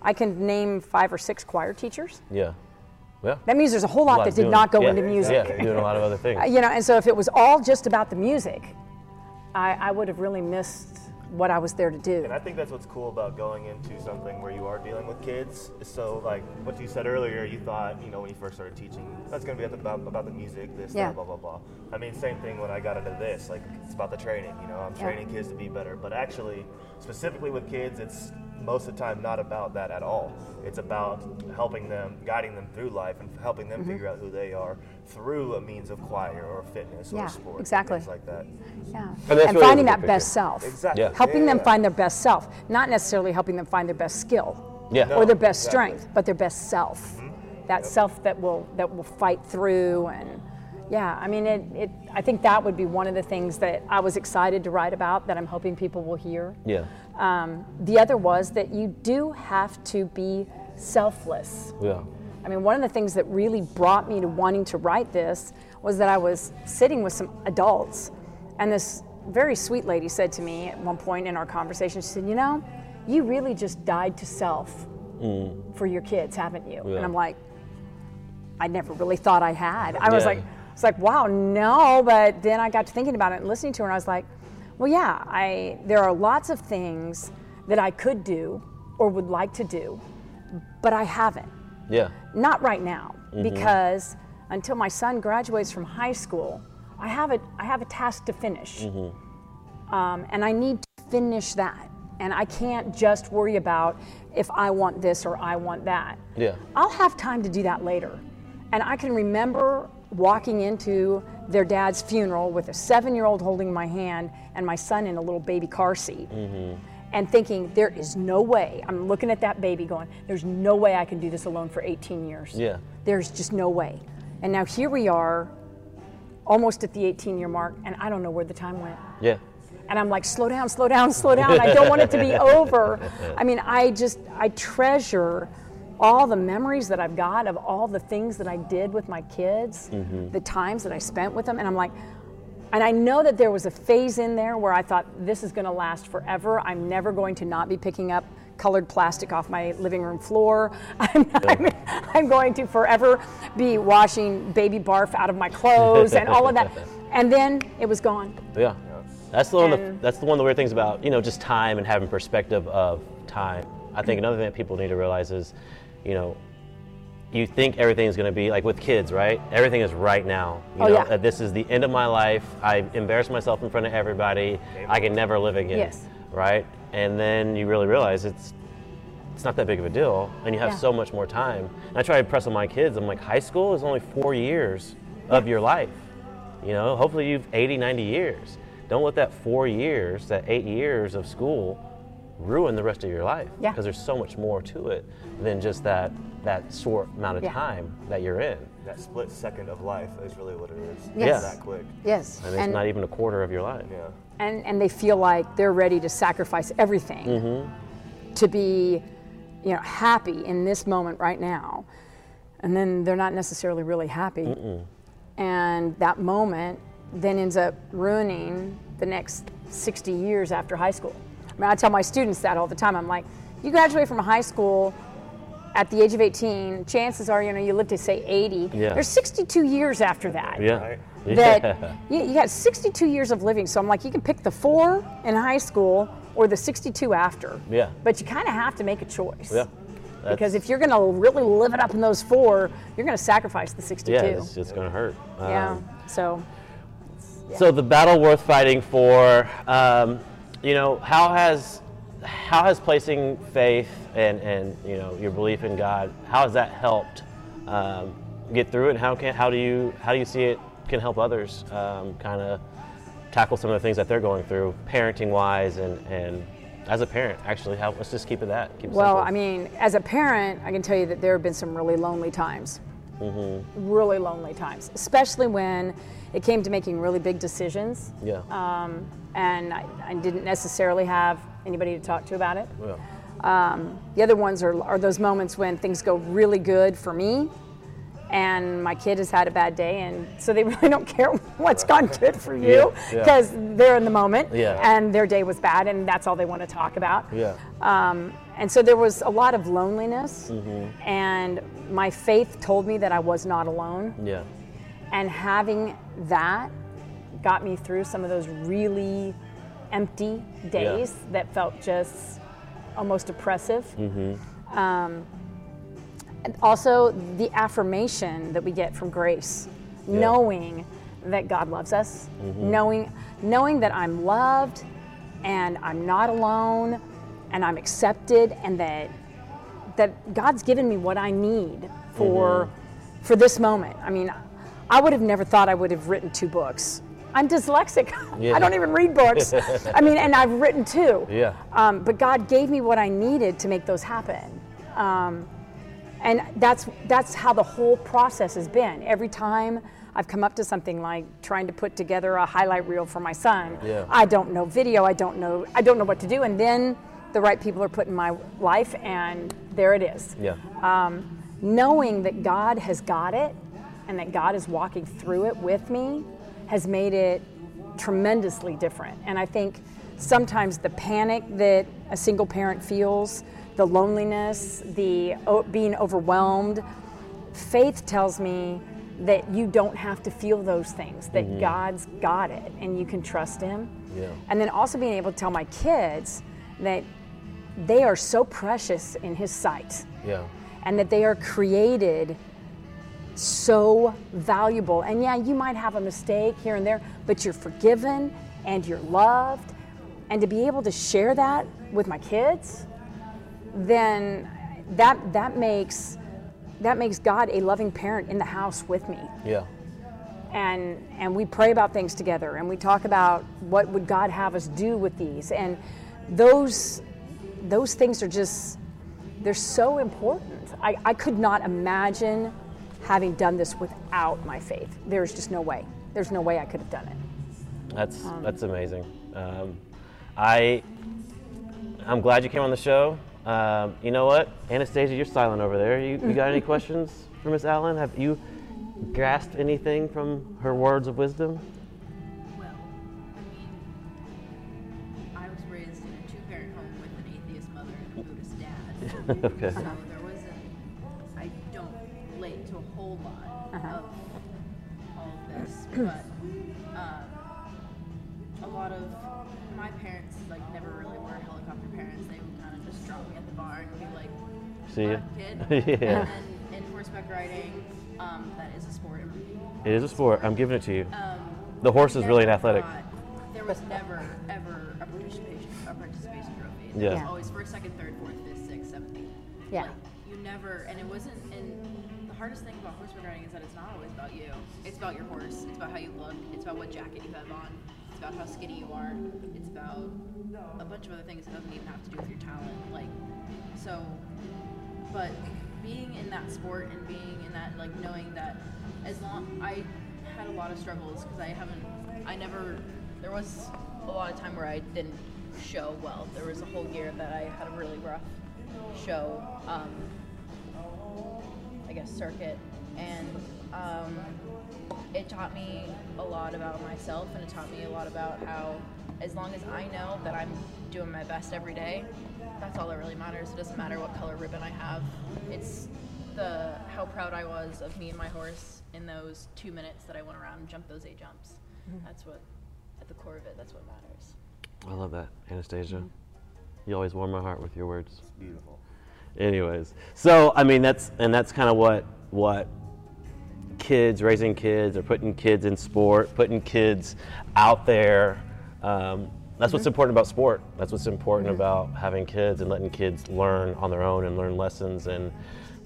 [SPEAKER 2] I can name five or six choir teachers.
[SPEAKER 1] Yeah. Yeah.
[SPEAKER 2] That means there's a whole lot, that did
[SPEAKER 1] doing-
[SPEAKER 2] not go
[SPEAKER 1] yeah,
[SPEAKER 2] into music.
[SPEAKER 1] Yeah, doing a lot of other things.
[SPEAKER 2] [LAUGHS] You know, and so if it was all just about the music, I, I would have really missed what I was there to do.
[SPEAKER 3] And I think that's what's cool about going into something where you are dealing with kids. So, like what you said earlier, you thought, you know, when you first started teaching, that's going to be about, about the music, this,
[SPEAKER 2] Yeah.
[SPEAKER 3] that, blah, blah, blah. I mean, same thing when I got into this. Like, it's about the training, you know, I'm
[SPEAKER 2] Yeah.
[SPEAKER 3] training kids to be better. But actually, specifically with kids, it's most of the time not about that at all. It's about helping them, guiding them through life, and helping
[SPEAKER 2] Mm-hmm.
[SPEAKER 3] them figure out who they are through a means of choir or fitness
[SPEAKER 2] Yeah,
[SPEAKER 3] or sport.
[SPEAKER 2] exactly.
[SPEAKER 3] Things like that.
[SPEAKER 2] Yeah.
[SPEAKER 1] And that's really
[SPEAKER 2] finding
[SPEAKER 1] the
[SPEAKER 2] that
[SPEAKER 1] big
[SPEAKER 2] best
[SPEAKER 1] picture.
[SPEAKER 2] self.
[SPEAKER 3] Exactly.
[SPEAKER 1] Yeah.
[SPEAKER 2] Helping them
[SPEAKER 3] Yeah.
[SPEAKER 2] find their best self, not necessarily helping them find their best skill
[SPEAKER 1] yeah. Mm-hmm.
[SPEAKER 2] or their best
[SPEAKER 3] exactly.
[SPEAKER 2] strength, but their best self. That self that will that will fight through and yeah, I mean it, it I think that would be one of the things that I was excited to write about that I'm hoping people will hear.
[SPEAKER 1] yeah.
[SPEAKER 2] Um, the other was that you do have to be selfless.
[SPEAKER 1] Yeah.
[SPEAKER 2] I mean, one of the things that really brought me to wanting to write this was that I was sitting with some adults, and this very sweet lady said to me at one point in our conversation, she said, You know, you really just died to self for your kids, haven't you?
[SPEAKER 1] Mm. Yeah.
[SPEAKER 2] And I'm like, I never really thought I had. I was
[SPEAKER 1] Yeah.
[SPEAKER 2] like, it's like, wow, no. But then I got to thinking about it and listening to her, and I was like, well, yeah, I there are lots of things that I could do or would like to do, but I haven't
[SPEAKER 1] Yeah.
[SPEAKER 2] not right now because until my son graduates from high school i have a, I have a task to finish um, and i need to finish that and i can't just worry about if i want this or i want that
[SPEAKER 1] Yeah.
[SPEAKER 2] i'll have time to do that later and i can remember walking into their dad's funeral with a seven-year-old holding my hand and my son in a little baby car seat and thinking there is no way i'm looking at that baby going there's no way i can do this alone for 18 years
[SPEAKER 1] Yeah.
[SPEAKER 2] there's just no way and now here we are almost at the 18 year mark and i don't know where the time went
[SPEAKER 1] Yeah.
[SPEAKER 2] and i'm like slow down slow down slow down i don't want it to be over i mean i just i treasure all the memories that i've got of all the things that i did with my kids the times that i spent with them and i'm like and I know that there was a phase in there where I thought this is going to last forever. I'm never going to not be picking up colored plastic off my living room floor. [LAUGHS] I'm, I'm, I'm going to forever be washing baby barf out of my clothes and all of that. And then it was gone.
[SPEAKER 1] Yeah. That's the one. Of the,
[SPEAKER 2] And-
[SPEAKER 1] that's the one of the weird things about you know just time and having perspective of time. I think another thing that people need to realize is, you know, you think everything is going to be like with kids, right? Everything is right now. You
[SPEAKER 2] Oh,
[SPEAKER 1] know,
[SPEAKER 2] yeah.
[SPEAKER 1] uh, this is the end of my life. I embarrassed myself in front of everybody. I can never live again.
[SPEAKER 2] Yes.
[SPEAKER 1] Right? And then you really realize it's it's not that big of a deal, and you have
[SPEAKER 2] Yeah.
[SPEAKER 1] so much more time. And I try to press on my kids. I'm like, high school is only four years of your life. You know, hopefully you've 80, 90 years. Don't let that four years, that eight years of school, ruin the rest of your life.
[SPEAKER 2] Yeah.
[SPEAKER 1] Because there's so much more to it than just that that short amount of
[SPEAKER 2] Yeah.
[SPEAKER 1] time that you're in.
[SPEAKER 3] That split second of life is really what it is.
[SPEAKER 1] Yes.
[SPEAKER 3] It's that quick.
[SPEAKER 2] Yes.
[SPEAKER 1] And it's not even a quarter of your life.
[SPEAKER 3] Yeah.
[SPEAKER 2] and, and they feel like they're ready to sacrifice everything
[SPEAKER 1] Mm-hmm.
[SPEAKER 2] to be you know happy in this moment right now and then they're not necessarily really happy and that moment then ends up ruining the next 60 years after high school i mean i tell my students that all the time i'm like you graduate from high school at the age of 18 chances are you know you live to say 80
[SPEAKER 1] Yeah.
[SPEAKER 2] there's 62 years after that
[SPEAKER 1] Yeah.
[SPEAKER 3] Right.
[SPEAKER 2] that
[SPEAKER 1] Yeah.
[SPEAKER 2] you, you got 62 years of living. So I'm like, you can pick the four in high school or the 62 after.
[SPEAKER 1] Yeah.
[SPEAKER 2] But you kind of have to make a choice.
[SPEAKER 1] [LAUGHS] Yeah. That's-
[SPEAKER 2] Because if you're going to really live it up in those four, you're going to sacrifice the 62.
[SPEAKER 1] yeah, it's just gonna hurt.
[SPEAKER 2] Yeah.
[SPEAKER 1] Um,
[SPEAKER 2] so
[SPEAKER 1] So the battle worth fighting for, um, you know, how has how has placing faith and and you know your belief in God, how has that helped um, get through it? And how can how do you how do you see it can help others um, kind of tackle some of the things that they're going through, parenting wise, and and as a parent, actually, how let's just keep it that. Keep it
[SPEAKER 2] Well,
[SPEAKER 1] simple.
[SPEAKER 2] I mean, as a parent, I can tell you that there have been some really lonely times.
[SPEAKER 1] Mm-hmm.
[SPEAKER 2] really lonely times, especially when it came to making really big decisions
[SPEAKER 1] Yeah.
[SPEAKER 2] and I, I didn't necessarily have anybody to talk to about it.
[SPEAKER 1] yeah.
[SPEAKER 2] The other ones are, are those moments when things go really good for me and my kid has had a bad day and so they [LAUGHS] really don't care what's gone good for you
[SPEAKER 1] Yeah, yeah.
[SPEAKER 2] because they're in the moment
[SPEAKER 1] Yeah.
[SPEAKER 2] and their day was bad and that's all they want to talk about
[SPEAKER 1] Yeah.
[SPEAKER 2] um, and so there was a lot of loneliness
[SPEAKER 1] Mm-hmm.
[SPEAKER 2] and my faith told me that i was not alone
[SPEAKER 1] Yeah.
[SPEAKER 2] and having that got me through some of those really empty days that felt just almost oppressive. Um, and also, the affirmation that we get from grace, knowing that God loves us, knowing knowing that I'm loved, and I'm not alone, and I'm accepted, and that that God's given me what I need for
[SPEAKER 1] Mm-hmm.
[SPEAKER 2] for this moment. I mean, I would have never thought I would have written two books. I'm dyslexic. [LAUGHS]
[SPEAKER 1] Yeah.
[SPEAKER 2] I don't even read
[SPEAKER 1] [LAUGHS]
[SPEAKER 2] books. I mean, and I've written two.
[SPEAKER 1] Yeah.
[SPEAKER 2] Um, but God gave me what I needed to make those happen. Um, and that's that's how the whole process has been. Every time I've come up to something like trying to put together a highlight reel for my son,
[SPEAKER 1] Yeah.
[SPEAKER 2] I don't know video. I don't know. I don't know what to do. And then the right people are put in my life, and there it is.
[SPEAKER 1] Yeah.
[SPEAKER 2] Um, knowing that God has got it, and that God is walking through it with me, has made it tremendously different. And I think sometimes the panic that a single parent feels, the loneliness, the o- being overwhelmed, faith tells me that you don't have to feel those things, that God's got it and you can trust Him.
[SPEAKER 1] Yeah.
[SPEAKER 2] And then also being able to tell my kids that they are so precious in His sight
[SPEAKER 1] Yeah.
[SPEAKER 2] and that they are created so valuable. And yeah, you might have a mistake here and there, but you're forgiven and you're loved. And to be able to share that with my kids, then that that makes that makes God a loving parent in the house with me
[SPEAKER 1] Yeah.
[SPEAKER 2] and and we pray about things together and we talk about what would God have us do with these and those those things are just they're so important. I, I could not imagine having done this without my faith. There's just no way. There's no way I could have done it.
[SPEAKER 1] That's that's amazing. Um, I I'm glad you came on the show. Um, you know what, Anastasia, you're silent over there. You, you
[SPEAKER 4] [LAUGHS]
[SPEAKER 1] got any questions for Miss Allen? Have you grasped anything from her words of wisdom? [LAUGHS]
[SPEAKER 4] Well, I mean, I was raised in a two-parent home with an atheist mother and a Buddhist
[SPEAKER 1] [LAUGHS]
[SPEAKER 4] dad,
[SPEAKER 1] okay.
[SPEAKER 4] so there wasn't. I don't relate to a whole lot of all of this, but um, a lot of my parents like never really were helicopter parents. They would kind of just drop me at the bar and be like,
[SPEAKER 1] See ya.
[SPEAKER 4] "Come on,
[SPEAKER 1] [LAUGHS]
[SPEAKER 4] kid."
[SPEAKER 1] Yeah.
[SPEAKER 4] And then in horseback riding, um, that is a sport.
[SPEAKER 1] It is a sport. I'm giving it to you.
[SPEAKER 4] Um,
[SPEAKER 1] The horse is really an
[SPEAKER 4] never
[SPEAKER 1] athletic.
[SPEAKER 4] got- There was never, ever a participation, a participation trophy. It
[SPEAKER 1] Yeah.
[SPEAKER 4] was
[SPEAKER 1] Yeah.
[SPEAKER 4] always first, second, third, fourth, fifth, sixth, seventh, eighth.
[SPEAKER 2] Yeah.
[SPEAKER 4] Like, you never, and it wasn't, and the hardest thing about horseback riding is that it's not always about you. It's about your horse. It's about how you look. It's about what jacket you have on. It's about how skinny you are. It's about a bunch of other things that doesn't even have to do with your talent. Like, so but being in that sport and being in that like knowing that as long I had a lot of struggles because I haven't I never there was a lot of time where I didn't show well. There was a whole year that I had a really rough show, um, I guess circuit, and um, it taught me a lot about myself and it taught me a lot about how as long as I know that I'm doing my best every day, that's all that really matters. It doesn't matter what color ribbon I have. It's the how proud I was of me and my horse in those two minutes that I went around and jumped those eight jumps. That's what at the core of it, that's what matters.
[SPEAKER 1] I love that, Anastasia. You always warm my heart with your words.
[SPEAKER 3] It's beautiful.
[SPEAKER 1] anyways so i mean that's and that's kind of what what kids raising kids or putting kids in sport putting kids out there um, that's what's important about sport that's what's important about having kids and letting kids learn on their own and learn lessons and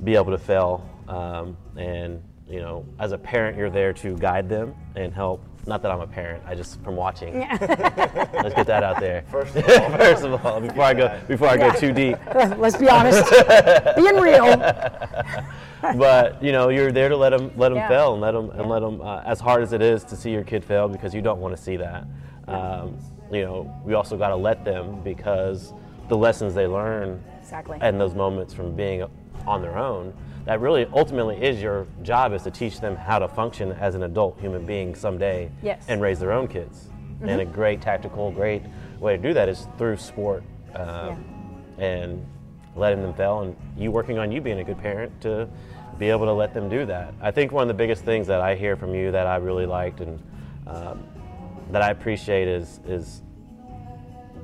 [SPEAKER 1] be able to fail um, and you know, as a parent, you're there to guide them and help. Not that I'm a parent, I just from watching. Let's get that out
[SPEAKER 2] [LAUGHS]
[SPEAKER 1] there.
[SPEAKER 3] First
[SPEAKER 1] [LAUGHS]
[SPEAKER 3] of all,
[SPEAKER 1] First of all, before I go before I go too deep,
[SPEAKER 2] [LAUGHS] Let's be [LAUGHS] honest. Being real.
[SPEAKER 1] but you know, you're there to let them let them
[SPEAKER 2] Yeah.
[SPEAKER 1] fail and let them and let them uh, as hard as it is to see your kid fail because you don't want to see that. Um, you know, we also got to let them because the lessons they learn
[SPEAKER 2] Exactly.
[SPEAKER 1] and those moments from being on their own that really ultimately is your job is to teach them how to function as an adult human being someday
[SPEAKER 2] Yes. Mm-hmm.
[SPEAKER 1] and raise their own kids and a great tactical great way to do that is through sport um, and letting them fail and you working on you being a good parent to be able to let them do that i think one of the biggest things that i hear from you that i really liked and um, that i appreciate is is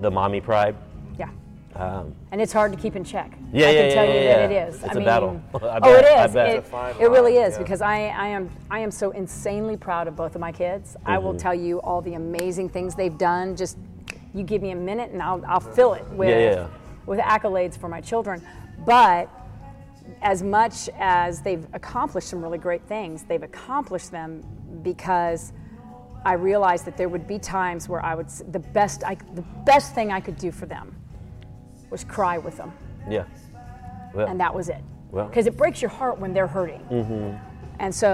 [SPEAKER 1] the mommy pride
[SPEAKER 2] Yeah.
[SPEAKER 1] um,
[SPEAKER 2] And it's hard to keep in check.
[SPEAKER 1] Yeah,
[SPEAKER 2] I
[SPEAKER 1] yeah,
[SPEAKER 2] can tell
[SPEAKER 1] yeah,
[SPEAKER 2] you
[SPEAKER 1] yeah,
[SPEAKER 2] that
[SPEAKER 1] yeah.
[SPEAKER 2] it is.
[SPEAKER 1] It's
[SPEAKER 2] I
[SPEAKER 1] a
[SPEAKER 2] mean, [LAUGHS]
[SPEAKER 1] battle. I
[SPEAKER 2] oh, it
[SPEAKER 1] bet, I
[SPEAKER 2] is.
[SPEAKER 1] bet.
[SPEAKER 2] It,
[SPEAKER 1] It's
[SPEAKER 3] a fine
[SPEAKER 2] it really
[SPEAKER 3] line,
[SPEAKER 2] is
[SPEAKER 3] yeah.
[SPEAKER 2] because I, I am I am so insanely proud of both of my kids. I
[SPEAKER 1] Mm-hmm.
[SPEAKER 2] will tell you all the amazing things they've done. Just you give me a minute and I'll I'll fill it with
[SPEAKER 1] yeah.
[SPEAKER 2] with accolades for my children. But as much as they've accomplished some really great things, they've accomplished them because I realized that there would be times where I would s- the best I, the best thing I could do for them was cry with them,
[SPEAKER 1] yeah Well-
[SPEAKER 2] and that was it.
[SPEAKER 1] Well-
[SPEAKER 2] Because it breaks your heart when they're hurting.
[SPEAKER 1] Mm-hmm.
[SPEAKER 2] And so,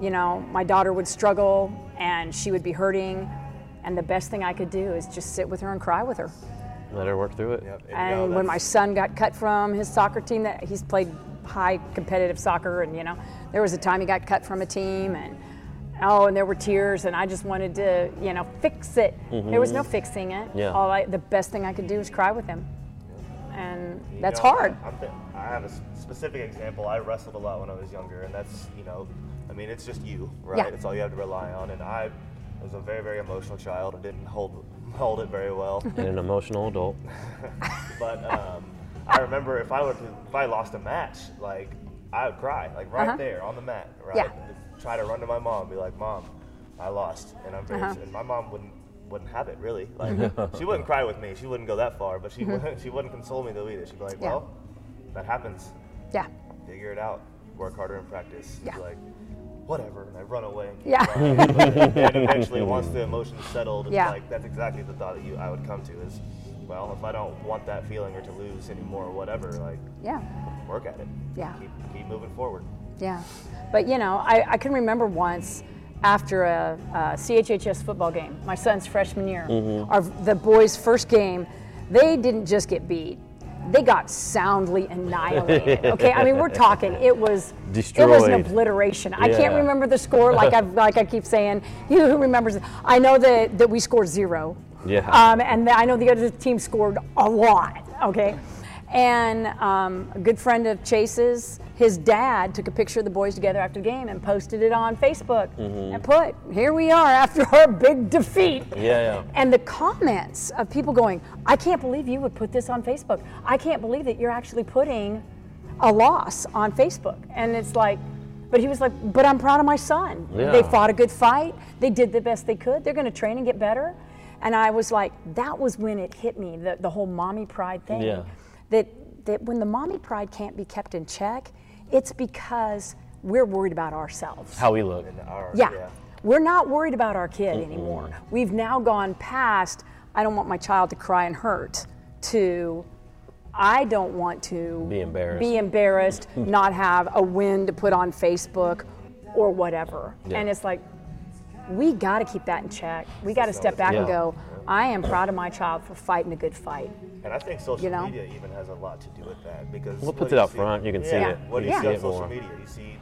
[SPEAKER 2] you know, my daughter would struggle, and she would be hurting, and the best thing I could do is just sit with her and cry with her.
[SPEAKER 1] Let her work through it.
[SPEAKER 3] Yep, and now
[SPEAKER 2] And when my
[SPEAKER 3] that's-
[SPEAKER 2] son got cut from his soccer team, that he's played high competitive soccer, and you know, there was a time he got cut from a team, and oh, and there were tears, and I just wanted to, you know, fix it. There was no
[SPEAKER 3] Mm-hmm.
[SPEAKER 2] fixing it.
[SPEAKER 1] Yeah.
[SPEAKER 2] All I, the best thing I could do was cry with him, and
[SPEAKER 3] You
[SPEAKER 2] that's
[SPEAKER 3] know,
[SPEAKER 2] hard.
[SPEAKER 3] I'm th- I have a s- specific example. I wrestled a lot when I was younger, and that's you know, I mean, it's just you, right?
[SPEAKER 2] Yeah.
[SPEAKER 3] It's all you have to rely on. And I was a very, very emotional child. I didn't hold hold it very
[SPEAKER 2] [LAUGHS]
[SPEAKER 3] well.
[SPEAKER 1] And an emotional adult.
[SPEAKER 3] but um, I remember if I were to, if I lost a match, like I would cry, like right
[SPEAKER 2] Uh-huh.
[SPEAKER 3] there on the mat, right?
[SPEAKER 2] Yeah.
[SPEAKER 3] Try to run to my mom, be like, "Mom, I lost," and I'm very,
[SPEAKER 2] Uh-huh. Mm-hmm.
[SPEAKER 3] and my mom wouldn't wouldn't have it really. Like she wouldn't cry with me, she wouldn't go that far, but she wouldn't, [LAUGHS] she wouldn't console me though either. She'd be like,
[SPEAKER 2] Yeah.
[SPEAKER 3] "Well, that happens.
[SPEAKER 2] Yeah.
[SPEAKER 3] Figure it out. Work harder and practice."
[SPEAKER 2] Yeah.
[SPEAKER 3] She's like. Whatever, and I run away. And keep
[SPEAKER 2] Yeah.
[SPEAKER 3] crying. and eventually, once the emotions settled, it's
[SPEAKER 2] Yeah.
[SPEAKER 3] like that's exactly the thought that you I would come to is, well, if I don't want that feeling or to lose anymore or whatever, like
[SPEAKER 2] Yeah.
[SPEAKER 3] work at it.
[SPEAKER 2] Yeah.
[SPEAKER 3] Keep, keep moving forward.
[SPEAKER 2] Yeah. But you know, I, I can remember once after a, a CHHS football game, my son's freshman year,
[SPEAKER 1] Mm-hmm.
[SPEAKER 2] our, the boys' first game, they didn't just get beat. They got soundly
[SPEAKER 1] [LAUGHS]
[SPEAKER 2] annihilated. Okay, I mean we're talking. It was It was an
[SPEAKER 1] Destroyed.
[SPEAKER 2] obliteration. I can't
[SPEAKER 1] Yeah.
[SPEAKER 2] remember the score.
[SPEAKER 1] [LAUGHS]
[SPEAKER 2] Like I like I keep saying, you who remembers? it? I know that that we scored zero.
[SPEAKER 1] Yeah.
[SPEAKER 2] Um, and I know the other team scored a lot. Okay. And um, a good friend of Chase's, his dad took a picture of the boys together after the game and posted it on Facebook
[SPEAKER 1] Mm-hmm.
[SPEAKER 2] and put, "Here we are after our big defeat."
[SPEAKER 1] Yeah, yeah.
[SPEAKER 2] And the comments of people going, "I can't believe you would put this on Facebook. I can't believe that you're actually putting a loss on Facebook." And it's like, but he was like, "But I'm proud of my son. They
[SPEAKER 1] Yeah.
[SPEAKER 2] fought fought a good fight. They did the best they could. They're going to train and get better. And I was like, that was when it hit me the, the whole mommy pride thing.
[SPEAKER 1] Yeah.
[SPEAKER 2] That, that when the mommy pride can't be kept in check, it's because we're worried about ourselves.
[SPEAKER 1] How we look.
[SPEAKER 3] And our,
[SPEAKER 2] Yeah. We're not worried about our kid anymore. We've now gone past, I don't want my child to cry and hurt, to, I don't want to
[SPEAKER 1] Be embarrassed.
[SPEAKER 2] be
[SPEAKER 1] [LAUGHS]
[SPEAKER 2] embarrassed, not have a win to put on Facebook or whatever.
[SPEAKER 1] Yeah.
[SPEAKER 2] And it's like, we got to keep that in check. We got to step back and
[SPEAKER 1] Yeah.
[SPEAKER 2] go, I am proud of my child for fighting a good fight.
[SPEAKER 3] And I think social
[SPEAKER 2] You know?
[SPEAKER 3] media even has a lot to do with that because
[SPEAKER 1] Well, it
[SPEAKER 3] what
[SPEAKER 1] puts
[SPEAKER 3] do
[SPEAKER 1] it
[SPEAKER 3] you
[SPEAKER 1] out front, you can see
[SPEAKER 3] Yeah.
[SPEAKER 1] it,
[SPEAKER 3] What
[SPEAKER 1] you
[SPEAKER 3] do you
[SPEAKER 2] can
[SPEAKER 3] see
[SPEAKER 1] see it
[SPEAKER 3] on social
[SPEAKER 1] more.
[SPEAKER 3] media? You see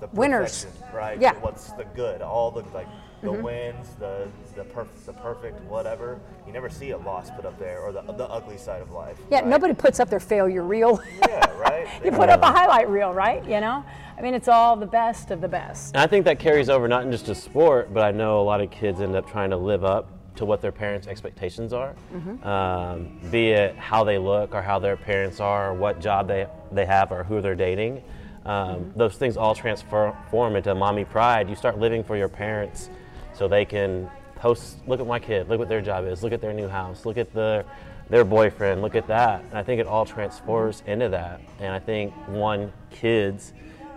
[SPEAKER 3] the
[SPEAKER 2] Winners.
[SPEAKER 3] perfection, right?
[SPEAKER 2] Yeah. Mm-hmm.
[SPEAKER 3] What's the good? All the like the wins, the the, perf- the perfect whatever. You never see a loss put up there or the, the ugly side of life.
[SPEAKER 2] Yeah,
[SPEAKER 3] right?
[SPEAKER 2] nobody puts up their failure reel. [LAUGHS]
[SPEAKER 3] Yeah, right.
[SPEAKER 2] you put up a highlight reel, right? You know? I mean, it's all the best of the best.
[SPEAKER 1] And I think that carries over not in just to sport, but I know a lot of kids end up trying to live up to what their parents' expectations are, um, be it how they look or how their parents are, or what job they, they have, or who they're dating. Um, Those things all transform into mommy pride. You start living for your parents so they can post, look at my kid, look what their job is, look at their new house, look at their, their boyfriend, look at that. And I think it all transfers into that. And I think, one, kids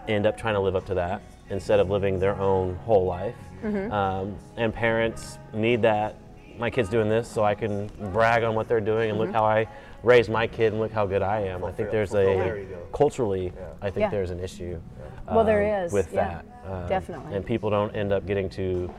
[SPEAKER 1] end up trying to live up to that instead of living their own whole life. Um, and parents need that. My kid's doing this, so I can brag on what they're doing and look how I raised my kid and look how good I am. I think
[SPEAKER 3] Fulfill-
[SPEAKER 1] there's
[SPEAKER 3] fulfill there
[SPEAKER 1] a
[SPEAKER 3] you go.
[SPEAKER 1] culturally, I think
[SPEAKER 5] Yeah.
[SPEAKER 1] there's an issue.
[SPEAKER 5] Well, there
[SPEAKER 1] um,
[SPEAKER 5] is,
[SPEAKER 1] with
[SPEAKER 5] yeah,
[SPEAKER 1] that. um,
[SPEAKER 5] definitely.
[SPEAKER 1] And people don't end up getting to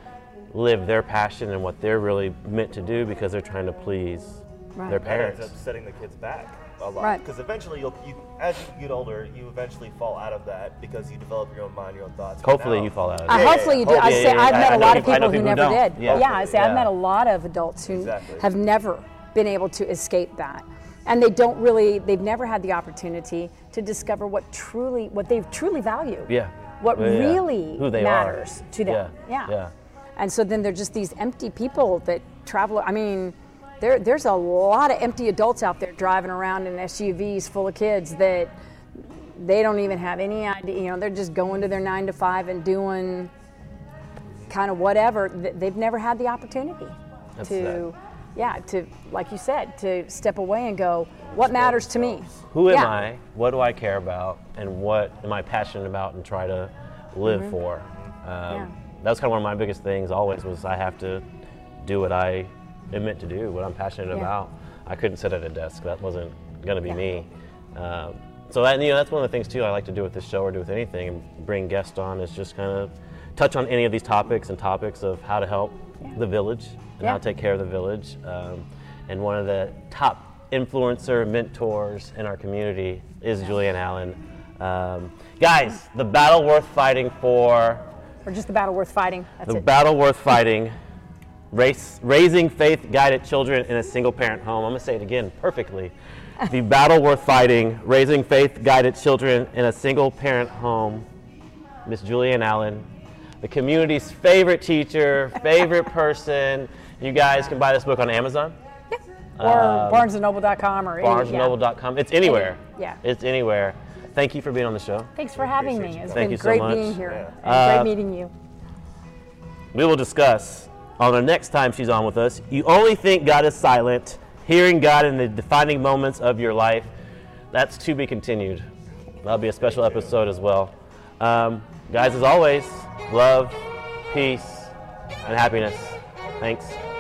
[SPEAKER 1] live their passion and what they're really meant to do because they're trying to please
[SPEAKER 5] Right.
[SPEAKER 1] their
[SPEAKER 5] That
[SPEAKER 3] That ends
[SPEAKER 1] parents.
[SPEAKER 3] up setting the kids back a lot.
[SPEAKER 2] Right.
[SPEAKER 3] Because eventually, you'll, you, as you get older, you eventually fall out of that because you develop your own mind, your own thoughts. But
[SPEAKER 1] Hopefully
[SPEAKER 3] now-
[SPEAKER 1] you fall out of
[SPEAKER 2] Uh,
[SPEAKER 1] it.
[SPEAKER 3] yeah,
[SPEAKER 2] hopefully, you do.
[SPEAKER 1] yeah,
[SPEAKER 2] I
[SPEAKER 1] yeah,
[SPEAKER 2] say
[SPEAKER 1] yeah.
[SPEAKER 2] I've
[SPEAKER 1] I-
[SPEAKER 2] met
[SPEAKER 1] I
[SPEAKER 2] a
[SPEAKER 1] know
[SPEAKER 2] lot of
[SPEAKER 1] people- I know
[SPEAKER 2] people who
[SPEAKER 1] people
[SPEAKER 2] never
[SPEAKER 1] don't.
[SPEAKER 2] did.
[SPEAKER 1] Yeah.
[SPEAKER 2] I say I've
[SPEAKER 1] Yeah.
[SPEAKER 2] met a lot of adults who
[SPEAKER 3] Exactly.
[SPEAKER 2] have never been able to escape that, and they don't really. They've never had the opportunity to discover what truly, what they truly value.
[SPEAKER 1] Yeah.
[SPEAKER 2] What
[SPEAKER 1] Yeah, yeah.
[SPEAKER 2] really
[SPEAKER 1] Who they are.
[SPEAKER 2] matters to them.
[SPEAKER 1] Yeah, yeah.
[SPEAKER 2] And so then they're just these empty people that travel. I mean, there, there's a lot of empty adults out there driving around in SUVs full of kids that they don't even have any idea. You know, they're just going to their nine to five and doing kind of whatever. Th- They've never had the opportunity
[SPEAKER 1] That's
[SPEAKER 2] to,
[SPEAKER 1] sad.
[SPEAKER 2] yeah, to like you said, to step away and go, what matters to me?
[SPEAKER 1] Who am
[SPEAKER 2] Yeah.
[SPEAKER 1] I? What do I care about? And what am I passionate about and try to live
[SPEAKER 2] Mm-hmm.
[SPEAKER 1] for? Um, That was kind of one of my biggest things always was I have to do what I am meant to do, what I'm passionate about. I couldn't sit at a desk. That wasn't going to be me. Um, so that, you know, that's one of the things too I like to do with this show or do with anything and bring guests on is just kind of touch on any of these topics and topics of how to help the village and how
[SPEAKER 5] Yeah.
[SPEAKER 1] to take care of the village. Um, and one of the top influencer mentors in our community is Julian Allen. Um, guys, the battle worth fighting for,
[SPEAKER 5] Or just the battle worth fighting. That's
[SPEAKER 1] the
[SPEAKER 5] it.
[SPEAKER 1] battle worth fighting, race, raising faith guided children in a single parent home. I'm gonna say it again perfectly.
[SPEAKER 5] [LAUGHS]
[SPEAKER 1] The battle worth fighting, raising faith guided children in a single parent home. Miss Julianne Allen, the community's favorite teacher,
[SPEAKER 5] [LAUGHS]
[SPEAKER 1] favorite person. You guys can buy this book on Amazon,
[SPEAKER 5] or
[SPEAKER 1] um,
[SPEAKER 5] BarnesandNoble.com or any- yeah.
[SPEAKER 1] barnesandnoble.com. It's anywhere.
[SPEAKER 5] Yeah.
[SPEAKER 1] It's anywhere. Thank you for being on the show.
[SPEAKER 5] Thanks for having me.
[SPEAKER 3] Appreciate
[SPEAKER 5] It's
[SPEAKER 3] you.
[SPEAKER 1] Thank
[SPEAKER 5] been
[SPEAKER 1] you so
[SPEAKER 5] great
[SPEAKER 1] much.
[SPEAKER 5] being here.
[SPEAKER 3] Yeah.
[SPEAKER 5] and
[SPEAKER 1] Uh,
[SPEAKER 5] great meeting you.
[SPEAKER 1] We will discuss on the next time she's on with us. You only think God is silent, hearing God in the defining moments of your life. That's to be continued. That'll be a special episode as well. Um, guys, as always, love, peace, and happiness. Thanks.